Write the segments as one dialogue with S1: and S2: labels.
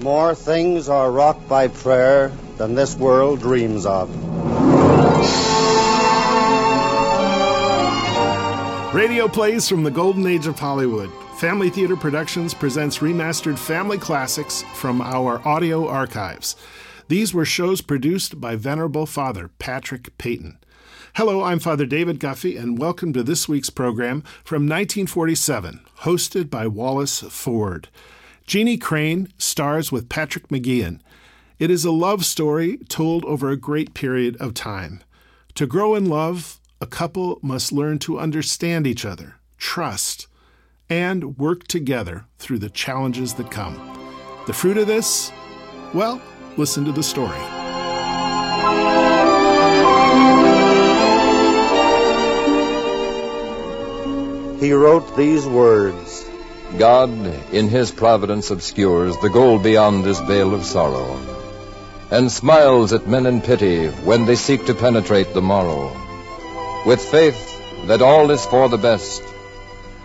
S1: more things are wrought by prayer than this world dreams of.
S2: Radio plays from the golden age of Hollywood. Family Theater Productions presents remastered family classics from our audio archives. These were shows produced by Venerable Father Patrick Peyton. Hello, I'm Father David Guffey, and welcome to this week's program from 1947, hosted by Wallace Ford. Jeannie Crane stars with Patrick McGeehan. It is a love story told over a great period of time. To grow in love, a couple must learn to understand each other, trust, and work together through the challenges that come. The fruit of this? Well, listen to the story.
S1: He wrote these words
S3: God, in his providence, obscures the goal beyond this veil of sorrow, and smiles at men in pity when they seek to penetrate the morrow. With faith that all is for the best,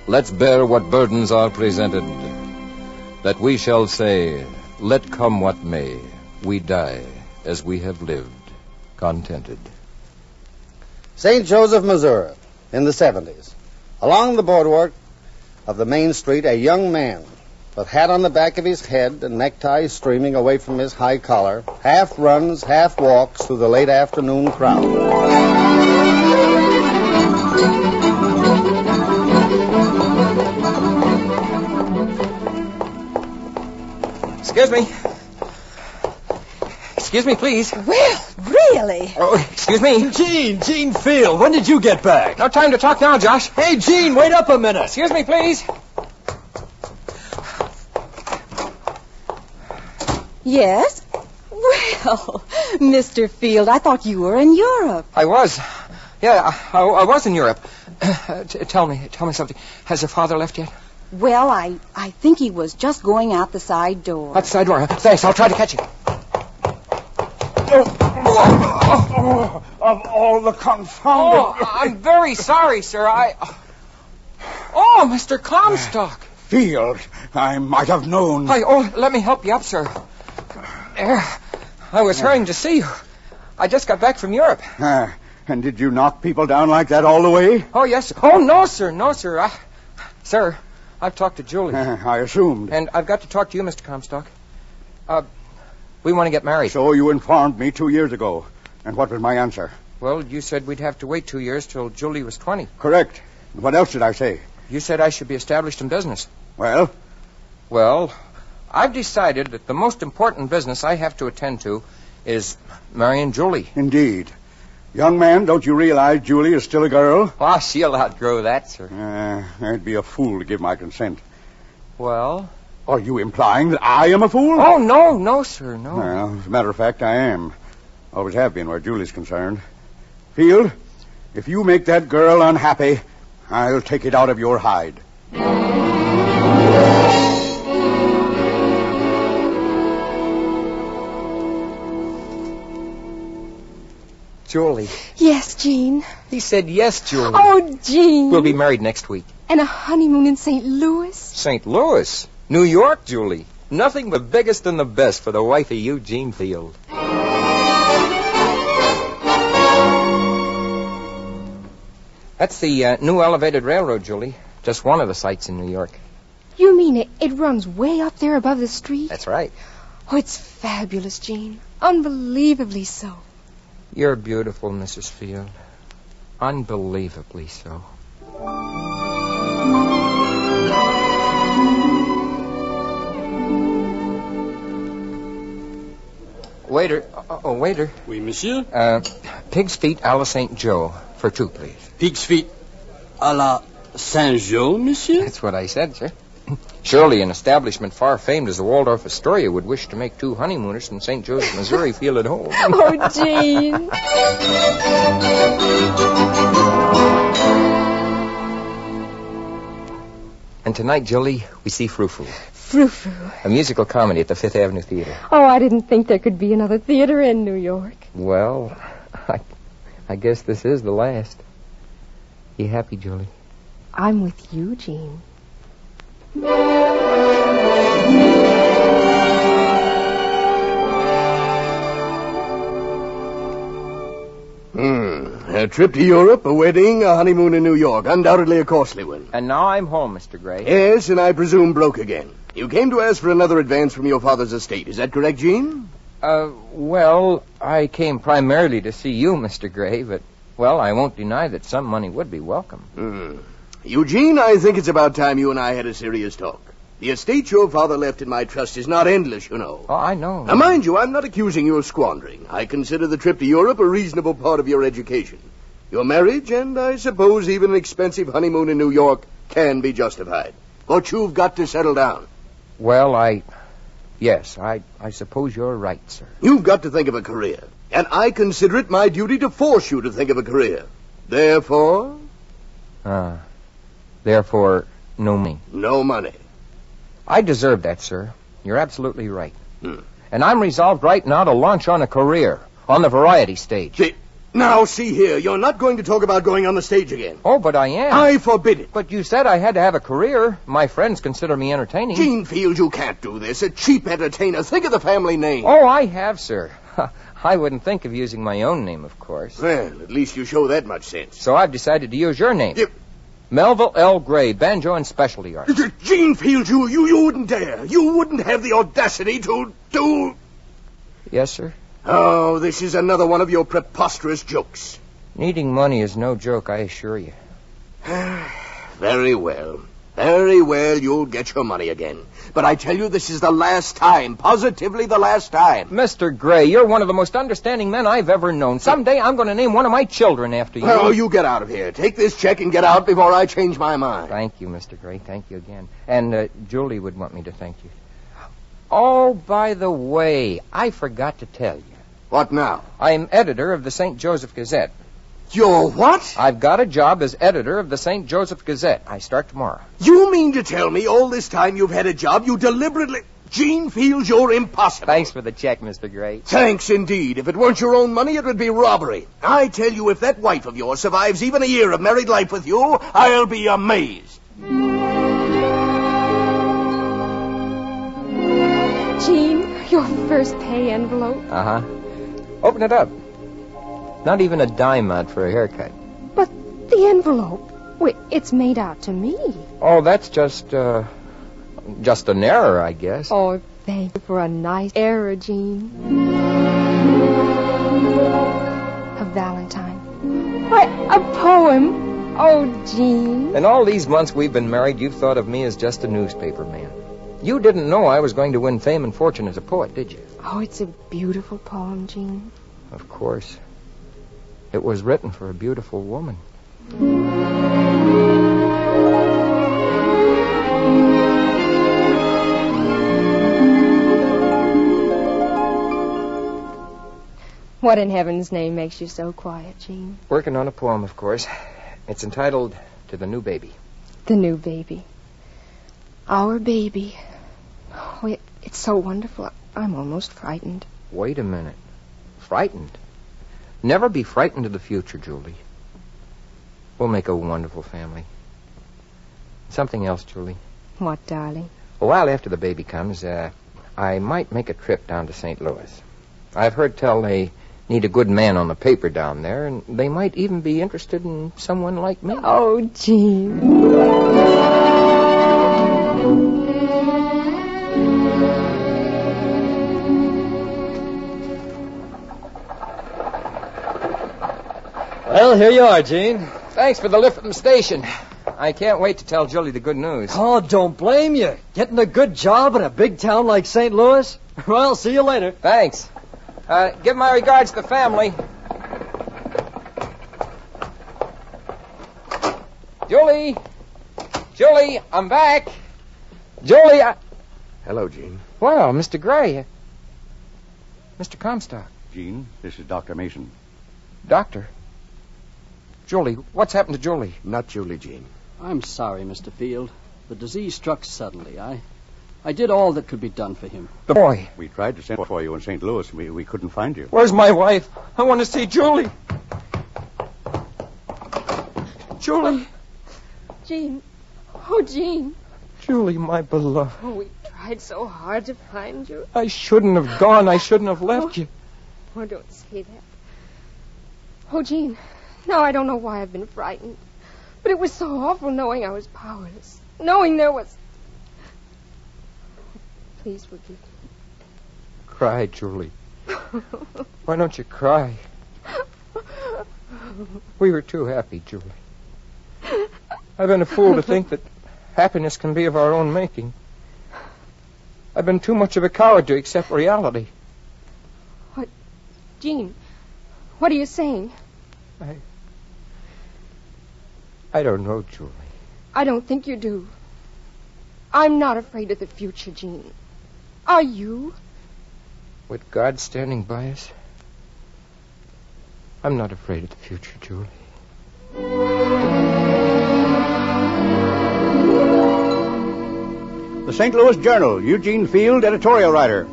S3: let's bear what burdens are presented, that we shall say, Let come what may, we die as we have lived, contented.
S1: St. Joseph, Missouri, in the 70s. Along the boardwalk of the main street, a young man, with hat on the back of his head and necktie streaming away from his high collar, half runs, half walks through the late afternoon crowd.
S4: Excuse me. Excuse me, please.
S5: Well, really?
S4: Oh, excuse me.
S6: Gene, Gene Field, when did you get back?
S4: No time to talk now, Josh.
S6: Hey, Gene, wait up a minute.
S4: Excuse me, please.
S5: Yes. Well, Mr. Field, I thought you were in Europe.
S4: I was. Yeah, I, I, I was in Europe. T- tell me, tell me something. Has your father left yet?
S5: Well, I, I think he was just going out the side door.
S4: That's the side door. Thanks, I'll try to catch him.
S7: Oh, of all the
S4: Oh,
S7: confounded
S4: I'm very sorry, sir. I. Oh, Mr. Comstock.
S6: Uh,
S7: field, I might have known.
S4: I, oh, let me help you up, sir. There. I was hurrying to see you. I just got back from Europe.
S7: Ah, and did you knock people down like that all the way?
S4: Oh, yes. sir. Oh, no, sir. No, sir. I, sir, I've talked to Julie.
S7: Ah, I assumed.
S4: And I've got to talk to you, Mr. Comstock. Uh, we want to get married.
S7: So you informed me two years ago. And what was my answer?
S4: Well, you said we'd have to wait two years till Julie was 20.
S7: Correct. And What else did I say?
S4: You said I should be established in business.
S7: Well,
S4: Well, I've decided that the most important business I have to attend to is marrying Julie.
S7: indeed. Young man, don't you realize Julie is still a girl?
S4: Ah, she'll outgrow that, sir.
S7: Ah, I'd be a fool to give my consent.
S4: Well?
S7: Are you implying that I am a fool?
S4: Oh, no, no, sir, no.
S7: Well, as a matter of fact, I am. Always have been where Julie's concerned. Field, if you make that girl unhappy, I'll take it out of your hide.
S4: Julie.
S5: Yes, Jean.
S4: He said yes, Julie.
S5: Oh, Jean.
S4: We'll be married next week.
S5: And a honeymoon in St. Louis?
S4: St. Louis. New York, Julie. Nothing the biggest and the best for the wife of Eugene Field. That's the uh, new elevated railroad, Julie. Just one of the sites in New York.
S5: You mean it, it runs way up there above the street?
S4: That's right.
S5: Oh, it's fabulous, Jean. Unbelievably so.
S4: You're beautiful, Mrs. Field. Unbelievably so. Waiter. Oh, oh, waiter.
S8: Oui, monsieur.
S4: Uh, pig's feet a la St. Joe for two, please.
S8: Pig's feet à la Saint-Jean, monsieur.
S4: That's what I said, sir. Surely an establishment far famed as the Waldorf Astoria would wish to make two honeymooners from St. Joseph, Missouri feel at home.
S5: Oh, Jean.
S4: And tonight, Julie, we see Frou Frou,
S5: Frou-frou.
S4: a musical comedy at the Fifth Avenue Theater.
S5: Oh, I didn't think there could be another theater in New York.
S4: Well, I, I guess this is the last. You happy, Julie?
S5: I'm with you, Jean.
S8: Hmm. A trip to Europe, a wedding, a honeymoon in New York. Undoubtedly a costly one.
S4: And now I'm home, Mr. Gray.
S8: Yes, and I presume broke again. You came to ask for another advance from your father's estate. Is that correct, Jean?
S4: Uh, well, I came primarily to see you, Mr. Gray, but, well, I won't deny that some money would be welcome.
S8: Hmm. Eugene, I think it's about time you and I had a serious talk. The estate your father left in my trust is not endless, you know.
S4: Oh, I know.
S8: Now, mind you, I'm not accusing you of squandering. I consider the trip to Europe a reasonable part of your education. Your marriage, and I suppose even an expensive honeymoon in New York, can be justified. But you've got to settle down.
S4: Well, I. Yes, I, I suppose you're right, sir.
S8: You've got to think of a career. And I consider it my duty to force you to think of a career. Therefore,
S4: Uh, therefore, no me.
S8: no money.
S4: I deserve that, sir. You're absolutely right.
S8: Hmm.
S4: And I'm resolved right now to launch on a career on the variety stage.
S8: See, now see here, you're not going to talk about going on the stage again.
S4: Oh, but I am.
S8: I forbid it.
S4: But you said I had to have a career. My friends consider me entertaining.
S8: Gene Field, you can't do this. A cheap entertainer. Think of the family name.
S4: Oh, I have, sir. I wouldn't think of using my own name, of course.
S8: Well, at least you show that much sense.
S4: So I've decided to use your name.
S8: You-
S4: Melville L. Gray, Banjo and Specialty Art.
S8: Gene Field, you, you, you wouldn't dare. You wouldn't have the audacity to do.
S4: yes, sir.
S8: Oh, this is another one of your preposterous jokes.
S4: Needing money is no joke, I assure you.
S8: Very well. Very well, you'll get your money again. But I tell you, this is the last time. Positively the last time.
S4: Mr. Gray, you're one of the most understanding men I've ever known. Someday I'm going to name one of my children after you.
S8: Oh, you get out of here. Take this check and get out before I change my mind.
S4: Thank you, Mr. Gray. Thank you again. And uh, Julie would want me to thank you. Oh, by the way, I forgot to tell you.
S8: What now?
S4: I'm editor of the St. Joseph Gazette.
S8: Your what?
S4: I've got a job as editor of the St. Joseph Gazette. I start tomorrow.
S8: You mean to tell me all this time you've had a job you deliberately... Gene Fields, you're impossible.
S4: Thanks for the check, Mr. Gray.
S8: Thanks indeed. If it weren't your own money, it would be robbery. I tell you, if that wife of yours survives even a year of married life with you, I'll be amazed.
S5: Jean, your first pay envelope.
S4: Uh huh. Open it up. Not even a dime out for a haircut.
S5: But the envelope, Wait, it's made out to me.
S4: Oh, that's just, uh, just an error, I guess.
S5: Oh, thank you for a nice error, Jean. A Valentine. Why, a poem. Oh, Jean.
S4: In all these months we've been married, you've thought of me as just a newspaper man. You didn't know I was going to win fame and fortune as a poet, did you?
S5: Oh, it's a beautiful poem, Jean.
S4: Of course. It was written for a beautiful woman.
S5: What in heaven's name makes you so quiet, Jean?
S4: Working on a poem, of course. It's entitled To the New Baby.
S5: The new baby. Our baby. Oh, it, it's so wonderful. I'm almost frightened.
S4: Wait a minute. Frightened? Never be frightened of the future, Julie. We'll make a wonderful family. Something else, Julie.
S5: What, darling?
S4: A while after the baby comes, uh, I might make a trip down to St. Louis. I've heard tell they need a good man on the paper down there, and they might even be interested in someone like me.
S5: Oh, Jean.
S6: Well, here you are, Gene.
S4: Thanks for the lift from the station. I can't wait to tell Julie the good news.
S6: Oh, don't blame you. Getting a good job in a big town like St. Louis? Well, see you later.
S4: Thanks. Uh, give my regards to the family. Julie! Julie, I'm back! Julie, I...
S8: Hello, Gene.
S4: Well, Mr. Gray. Mr. Comstock.
S7: Jean, this is Dr. Mason.
S4: Doctor. Julie, what's happened to Julie?
S8: Not Julie, Gene.
S9: I'm sorry, Mr. Field. The disease struck suddenly. I, I did all that could be done for him.
S4: The boy.
S7: We tried to send for you in St. Louis. We, we couldn't find you.
S4: Where's my wife? I want to see Julie. Julie.
S5: Jean. Oh, Jean.
S4: Julie, my beloved.
S5: Oh, we tried so hard to find you.
S4: I shouldn't have gone. I shouldn't have left you.
S5: Oh, don't say that. Oh, Gene, now I don't know why I've been frightened. But it was so awful knowing I was powerless. Knowing there was. Please forgive
S4: Cry, Julie.
S5: me.
S4: Why don't you cry? We were too happy, Julie. I've been a fool to think that happiness can be of our own making. I've been too much of a coward to accept reality.
S5: Gene, what are you saying?
S4: I don't know, Julie.
S5: I don't think you do. I'm not afraid of the future, Gene. Are you?
S4: With God standing by us, I'm not afraid of the future, Julie.
S7: The St. Louis Journal, Eugene Field, editorial writer.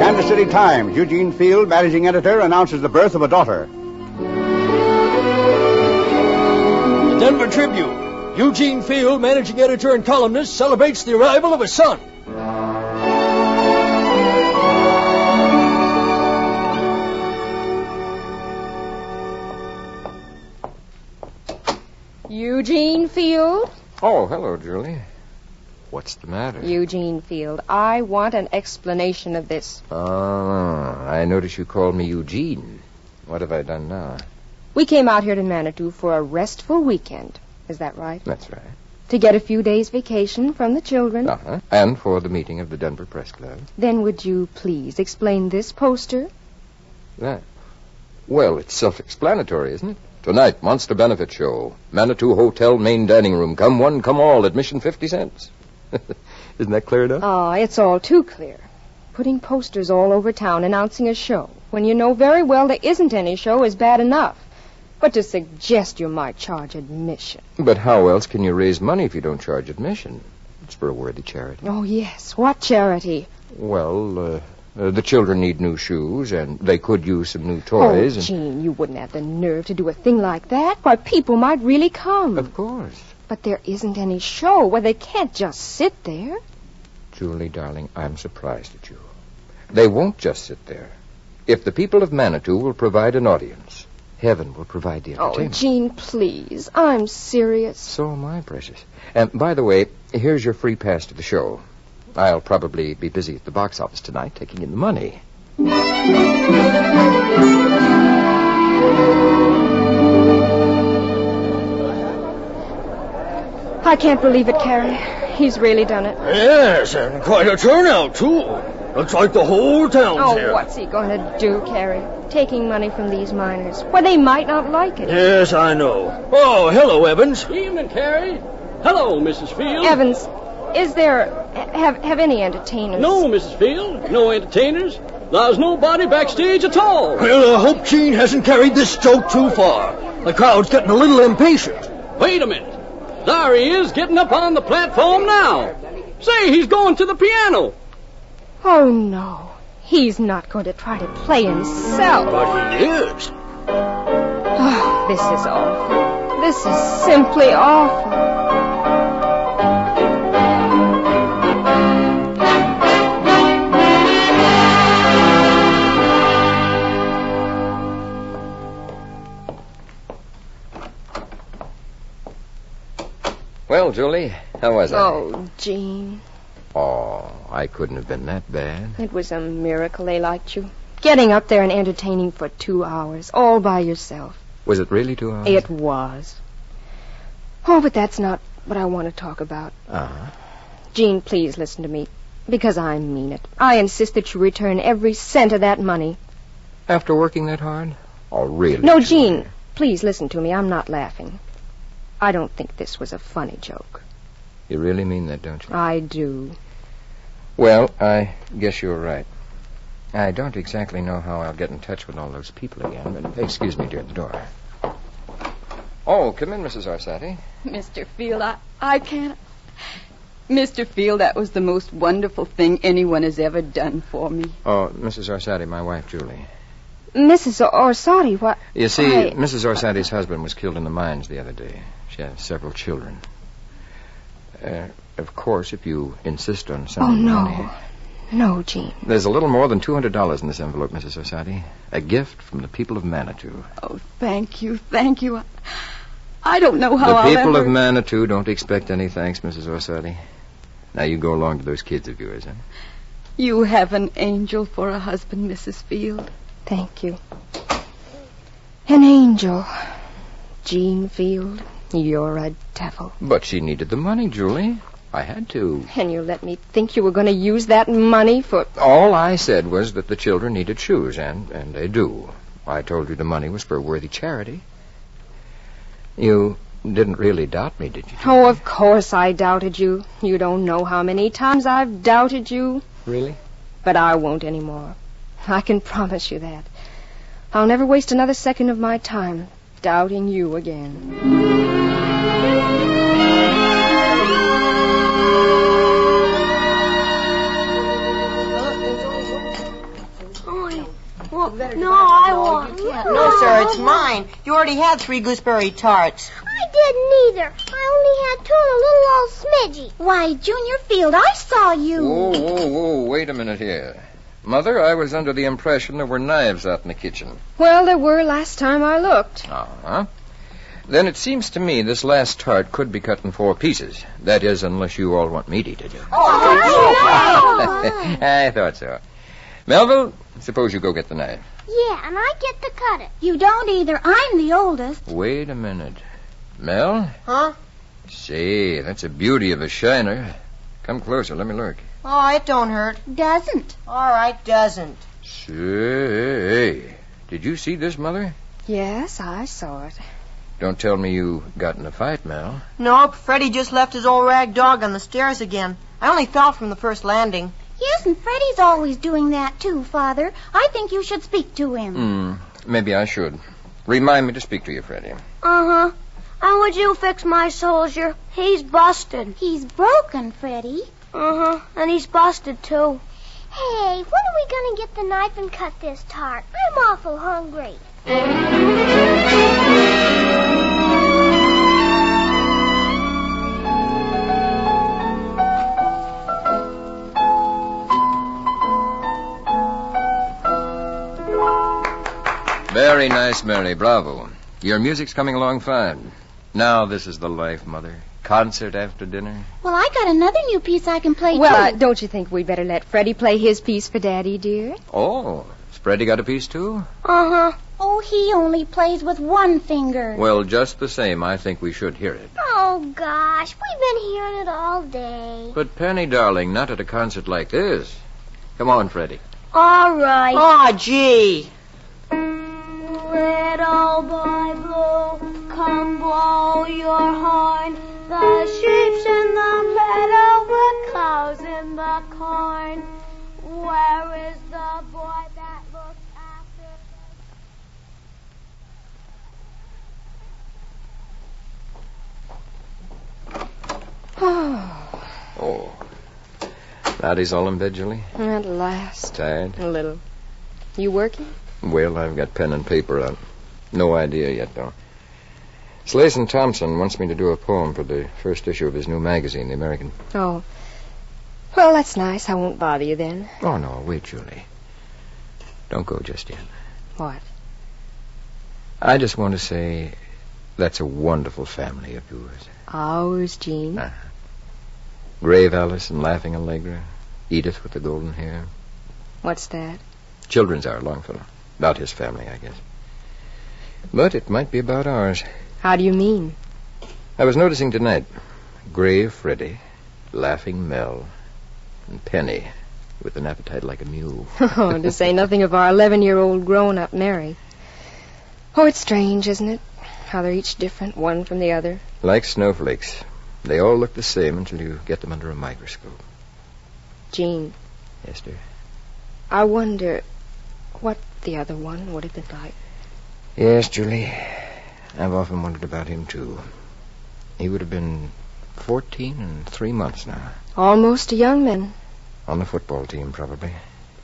S7: Kansas City Times, Eugene Field, managing editor, announces the birth of a daughter.
S6: The Denver Tribune. Eugene Field, managing editor and columnist, celebrates the arrival of a son.
S5: Eugene Field?
S4: Oh, hello, Julie. What's the matter?
S5: Eugene Field, I want an explanation of this.
S4: Ah, I notice you called me Eugene. What have I done now?
S5: We came out here to Manitou for a restful weekend. Is that right?
S4: That's right.
S5: To get a few days' vacation from the children.
S4: Uh-huh. And for the meeting of the Denver Press Club.
S5: Then would you please explain this poster?
S4: That. Well, it's self-explanatory, isn't it? Tonight, Monster Benefit Show. Manitou Hotel main dining room. Come one, come all. Admission 50 cents. isn't that clear enough?
S5: Ah, it's all too clear. Putting posters all over town announcing a show when you know very well there isn't any show is bad enough. But to suggest you might charge admission.
S4: But how else can you raise money if you don't charge admission? It's for a worthy charity.
S5: Oh, yes, what charity?
S4: Well, uh, uh, the children need new shoes, and they could use some new toys.
S5: oh,
S4: and...
S5: Gene, you wouldn't have the nerve to do a thing like that. Why, people might really come.
S6: Uh,
S4: Of course.
S5: But there isn't any show. Well, they can't just sit there.
S4: Julie, darling, I'm surprised at you. They won't just sit there. If the people of Manitou will provide an audience, heaven will provide the
S5: Oh,
S4: entertainment.
S5: Gene, please. I'm serious.
S4: So am I, precious. And by the way, here's your free pass to the show. I'll probably be busy at the box office tonight taking in the money.
S5: I can't believe it, Carrie. He's really done it.
S6: Yes, and quite a turnout, too. Looks like the whole town's
S5: Oh,
S6: here.
S5: what's he going to do, Carrie? Taking money from these miners. Well, they might not like it.
S6: Yes, I know. Oh, hello, Evans.
S9: Evening, Carrie. Hello, Mrs. Field.
S5: Evans, is there have have any entertainers?
S9: No, Mrs. Field. No entertainers. There's nobody backstage at all.
S6: Well, I hope Gene hasn't carried this joke too far. The crowd's getting a little impatient.
S9: Wait a minute. There he is getting up on the platform now. Say, he's going to the piano.
S5: Oh no, he's not going to try to play himself.
S6: But he is.
S5: Oh, this is awful. This is simply awful.
S4: Well, Julie, how was
S5: Oh, Gene,
S4: I? Oh, I couldn't have been that bad.
S5: it was a miracle they liked you. Getting up there and entertaining for two hours all by yourself.
S4: Was it really two hours?
S5: It was. Oh, but that's not what I want to talk about.
S4: Uh-huh.
S5: Jean, please listen to me. Because I mean it. I insist that you return every cent of that money.
S4: After working that hard? Oh, really?
S5: No,
S4: Julie?
S5: Jean, please listen to me. I'm not laughing. I don't think this was a funny joke.
S4: You really mean that, don't you?
S5: I do.
S4: Well, I guess you're right. I don't exactly know how I'll get in touch with all those people again, but excuse me, dear, at the door. Oh, come in, Mrs. Arsati.
S10: Mr. Field, I, I can't. Mr. Field, that was the most wonderful thing anyone has ever done for me.
S4: Oh, Mrs. Arsati, my wife, Julie.
S5: Mrs. Orsatti, what?
S4: You see,
S5: I-
S4: Mrs. Arsati's husband was killed in the mines the other day. She has several children. Uh, of course, if you insist on
S5: Oh,
S4: sending
S5: no.
S4: money.
S5: No, Gene.
S4: There's a little more than $200 in this envelope, Mrs. Society. A gift from the people of Manitou.
S10: Oh, thank you, thank you. I, I don't know how
S4: the
S10: I'll
S4: people
S10: ever...
S4: of Manitou don't expect any thanks, Mrs. Orsatti. Now you go along to those kids of yours, huh?
S10: You have an angel for a husband, Mrs. Field.
S5: Thank you. An angel. Gene Field, you're a devil.
S4: But she needed the money, Julie. I had to.
S5: And you let me think you were going to use that money for.
S4: All I said was that the children needed shoes, and, and they do. I told you the money was for worthy charity. You didn't really doubt me, did you?
S5: Oh, of course I doubted you. You don't know how many times I've doubted you,
S4: Really?
S5: but I won't anymore. I can promise you that. I'll never waste another second of my time doubting you again.
S11: No, I won't.
S12: No, sir, it's mine. You already had three gooseberry tarts.
S11: I didn't either. I only had two and a little old smidgy. Why, Junior Field, I saw you.
S4: Whoa,
S10: Oh,
S4: whoa, whoa, wait a minute here. Mother, I was under the impression there were knives out in the kitchen.
S5: Well, there were last time I looked.
S4: Uh-huh. Then it seems to me this last tart could be cut in four pieces. That is, unless you all want meat eaten.
S12: Oh,
S11: Oh,
S4: I thought so. Melville, suppose you go get the knife.
S11: Yeah, and I get to cut it. You don't either. I'm the oldest.
S4: Wait a minute. Mel?
S12: Huh?
S4: Say, that's a beauty of a shiner. Come closer, let me look.
S12: Oh, it don't hurt.
S11: Doesn't.
S12: All right, doesn't.
S4: Say, did you see this, Mother?
S5: Yes, I saw it.
S4: Don't tell me you got in a fight, Mel.
S12: Nope, Freddie just left his old rag dog on the stairs again. I only fell from the first landing.
S11: Yes, and Freddie's always doing that, too, Father. I think you should speak to him.
S4: Hmm, maybe I should. Remind me to speak to you, Freddie.
S11: Uh huh. How would you fix my soldier? He's busted. He's broken, Freddie. Uh huh. And he's busted, too. Hey, when are we going to get the knife and cut this tart? I'm awful hungry.
S4: Very nice, Mary. Bravo. Your music's coming along fine. Now this is the life, Mother. Concert after dinner.
S11: Well, I got another new piece I can play,
S5: Well,
S11: too.
S5: uh, don't you think we'd better let Freddie play his piece for Daddy, dear?
S4: Oh, Freddie got a piece too?
S11: Uh huh. Oh, he only plays with one finger.
S4: Well, just the same, I think we should hear it.
S11: Oh, gosh. We've been hearing it all day.
S4: But Penny, darling, not at a concert like this. Come on, Freddie.
S11: All right.
S12: Oh, gee.
S11: Red old boy blue, come blow your horn. The sheep's in the meadow, the cows in the corn. Where is the boy that looks after?
S5: Oh,
S4: Oh. Laddie's all in bed, Julie?
S5: at last.
S4: Tired?
S5: A little. You working?
S4: Well, I've got pen and paper out. No idea yet, though. Slason Thompson wants me to do a poem for the first issue of his new magazine, The American.
S5: Oh. Well, that's nice. I won't bother you then.
S4: Oh, no, wait, Julie. Don't go just yet.
S5: What?
S4: I just want to say that's a wonderful family of yours.
S5: Ours, Jean.
S4: Grave Alice and Laughing Allegra, Edith with the golden hair.
S5: What's that?
S4: Children's Hour, Longfellow. About his family, I guess. But it might be about ours.
S5: How do you mean?
S4: I was noticing tonight Grave Freddie, Laughing Mel, and Penny with an appetite like a mule.
S5: Oh, to say nothing of our 11 year old grown up Mary. Oh, it's strange, isn't it? How they're each different, one from the other.
S4: Like snowflakes. They all look the same until you get them under a microscope.
S5: Jean,
S4: Yes, dear.
S5: I wonder what the other one would have been like.
S4: Yes, Julie. I've often wondered about him, too. He would have been 14 and three months now.
S5: Almost a young man,
S4: On the football team, probably.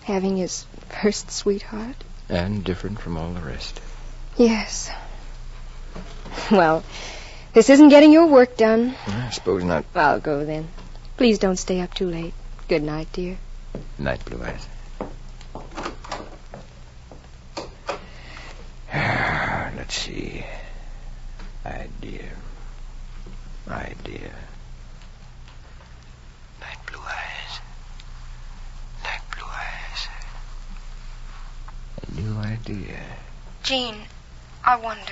S5: having his first sweetheart.
S4: And different from all the rest.
S5: Yes. Well, this isn't getting your work done.
S4: I suppose not.
S5: I'll go then. Please don't stay up too late. Good night, dear.
S4: Night, Blue Eyes. Let's see. Idea. Idea. Night, Blue Eyes. Night, Blue Eyes. A new idea.
S5: Jean, I wonder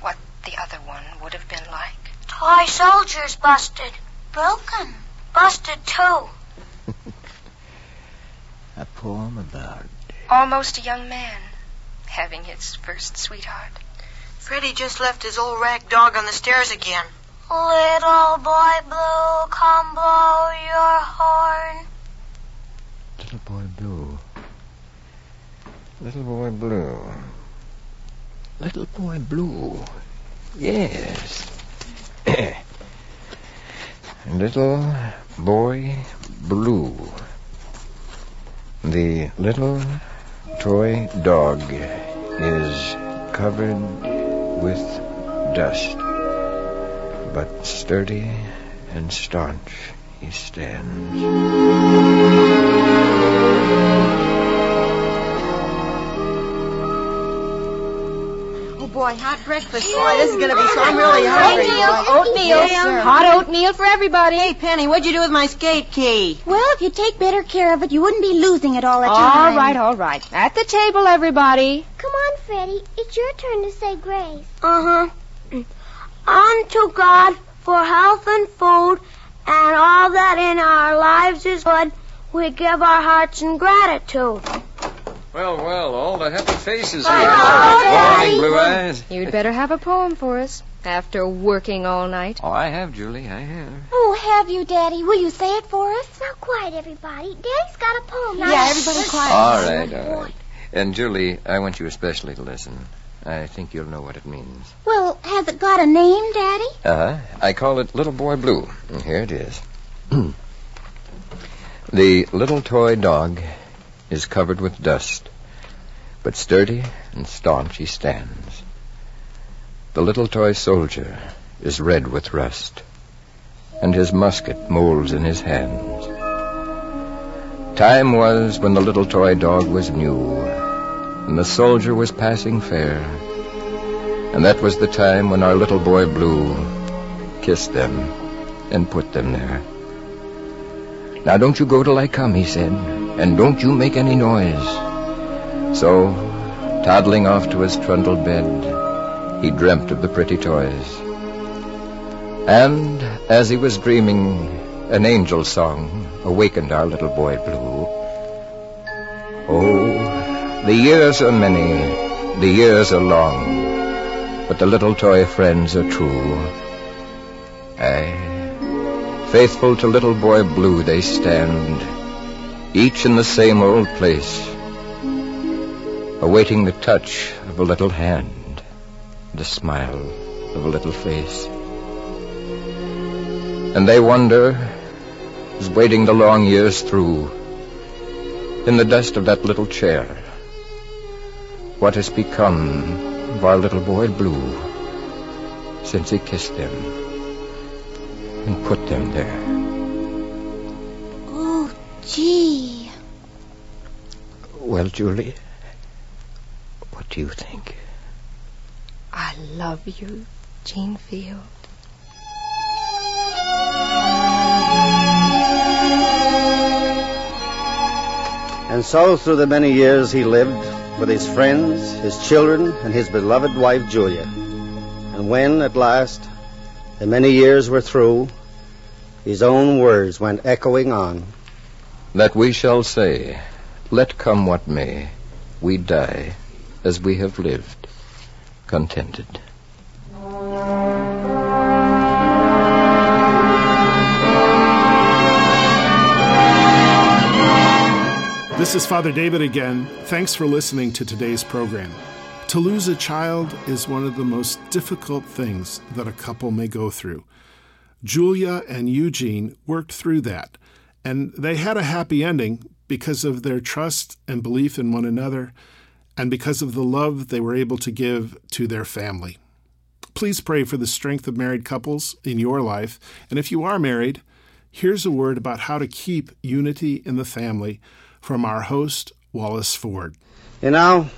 S5: what the other one would have been like.
S11: Toy soldiers busted. Broken. Busted too.
S4: A poem about.
S5: Almost a young man, having his first sweetheart.
S12: Freddie just left his old rag dog on the stairs again.
S11: Little boy blue, come blow your horn.
S4: Little boy blue. Little boy blue. Little boy blue. Yes. little boy blue. The little toy dog is covered with dust, but sturdy and staunch he stands.
S12: Oh boy, hot breakfast. Boy, this is gonna be so. I'm really hungry.
S5: Oatmeal, oatmeal, sir. Hot oatmeal for everybody.
S12: Hey Penny, what'd you do with my skate key?
S13: Well, if you take better care of it, you wouldn't be losing it all the time.
S5: All right, all right. At the table, everybody.
S11: Come on, Freddy. It's your turn to say grace.
S13: Uh huh.
S11: Uh-huh. Unto God for health and food, and all that in our lives is good, we give our hearts in gratitude.
S4: Well, well, all the happy faces
S11: here. Oh,
S4: Morning, Blue Eyes.
S5: You'd better have a poem for us after working all night.
S4: Oh, I have, Julie. I have.
S13: Oh, have you, Daddy? Will you say it for us?
S11: Now quiet, everybody. Daddy's got a poem. Now
S12: Yeah, everybody quiet.
S4: All right, all right. And Julie, I want you especially to listen. I think you'll know what it means.
S13: Well, has it got a name, Daddy?
S4: Uh huh. I call it Little Boy Blue. And Here it is. the little toy dog is covered with dust, but sturdy and staunch he stands. The little toy soldier is red with rust, and his musket molds in his hands. Time was when the little toy dog was new, and the soldier was passing fair. And that was the time when our little boy Blue kissed them and put them there. Now don't you go till I come, he said, and don't you make any noise. So, toddling off to his trundle bed, he dreamt of the pretty toys. And as he was dreaming, an angel song awakened our little boy Blue. Oh, the years are many, the years are long, but the little toy friends are true. Aye, faithful to little boy blue they stand, each in the same old place, awaiting the touch of a little hand, the smile of a little face. And they wonder, is waiting the long years through, in the dust of that little chair, what has become of our little boy Blue since he kissed them and put them there.
S13: Oh, gee.
S4: Well, Julie, what do you think?
S5: I love you, Jean Field.
S1: And so, through the many years he lived with his friends, his children, and his beloved wife Julia. And when, at last, the many years were through, his own words went echoing on.
S3: That we shall say, Let come what may, we die as we have lived, contented.
S2: This is Father David again. Thanks for listening to today's program. To lose a child is one of the most difficult things that a couple may go through. Julia and Eugene worked through that, and they had a happy ending because of their trust and belief in one another, and because of the love they were able to give to their family. Please pray for the strength of married couples in your life, and if you are married, here's a word about how to keep unity in the family from our host, Wallace Ford.
S1: You know,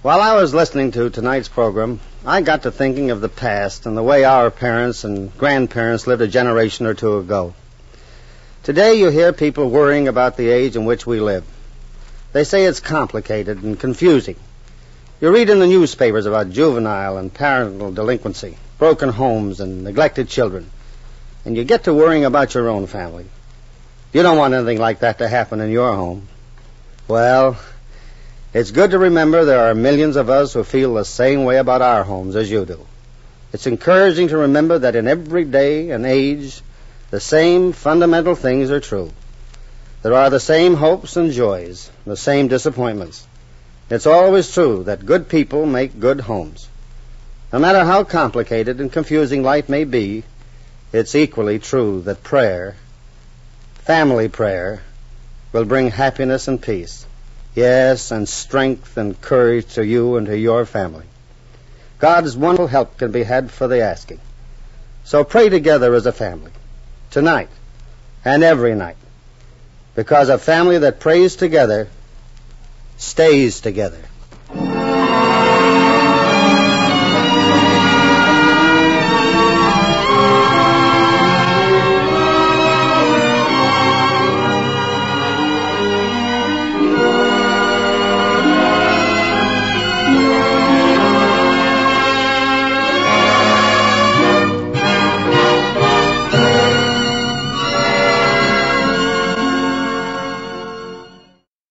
S1: while I was listening to tonight's program, I got to thinking of the past and the way our parents and grandparents lived a generation or two ago. Today you hear people worrying about the age in which we live. They say it's complicated and confusing. You read in the newspapers about juvenile and parental delinquency, broken homes and neglected children, and you get to worrying about your own family. You don't want anything like that to happen in your home. Well, it's good to remember there are millions of us who feel the same way about our homes as you do. It's encouraging to remember that in every day and age, the same fundamental things are true. There are the same hopes and joys, the same disappointments. It's always true that good people make good homes. No matter how complicated and confusing life may be, it's equally true that prayer, family prayer, will bring happiness and peace. Yes, and strength and courage to you and to your family. God's wonderful help can be had for the asking. So pray together as a family, tonight and every night, because a family that prays together stays together.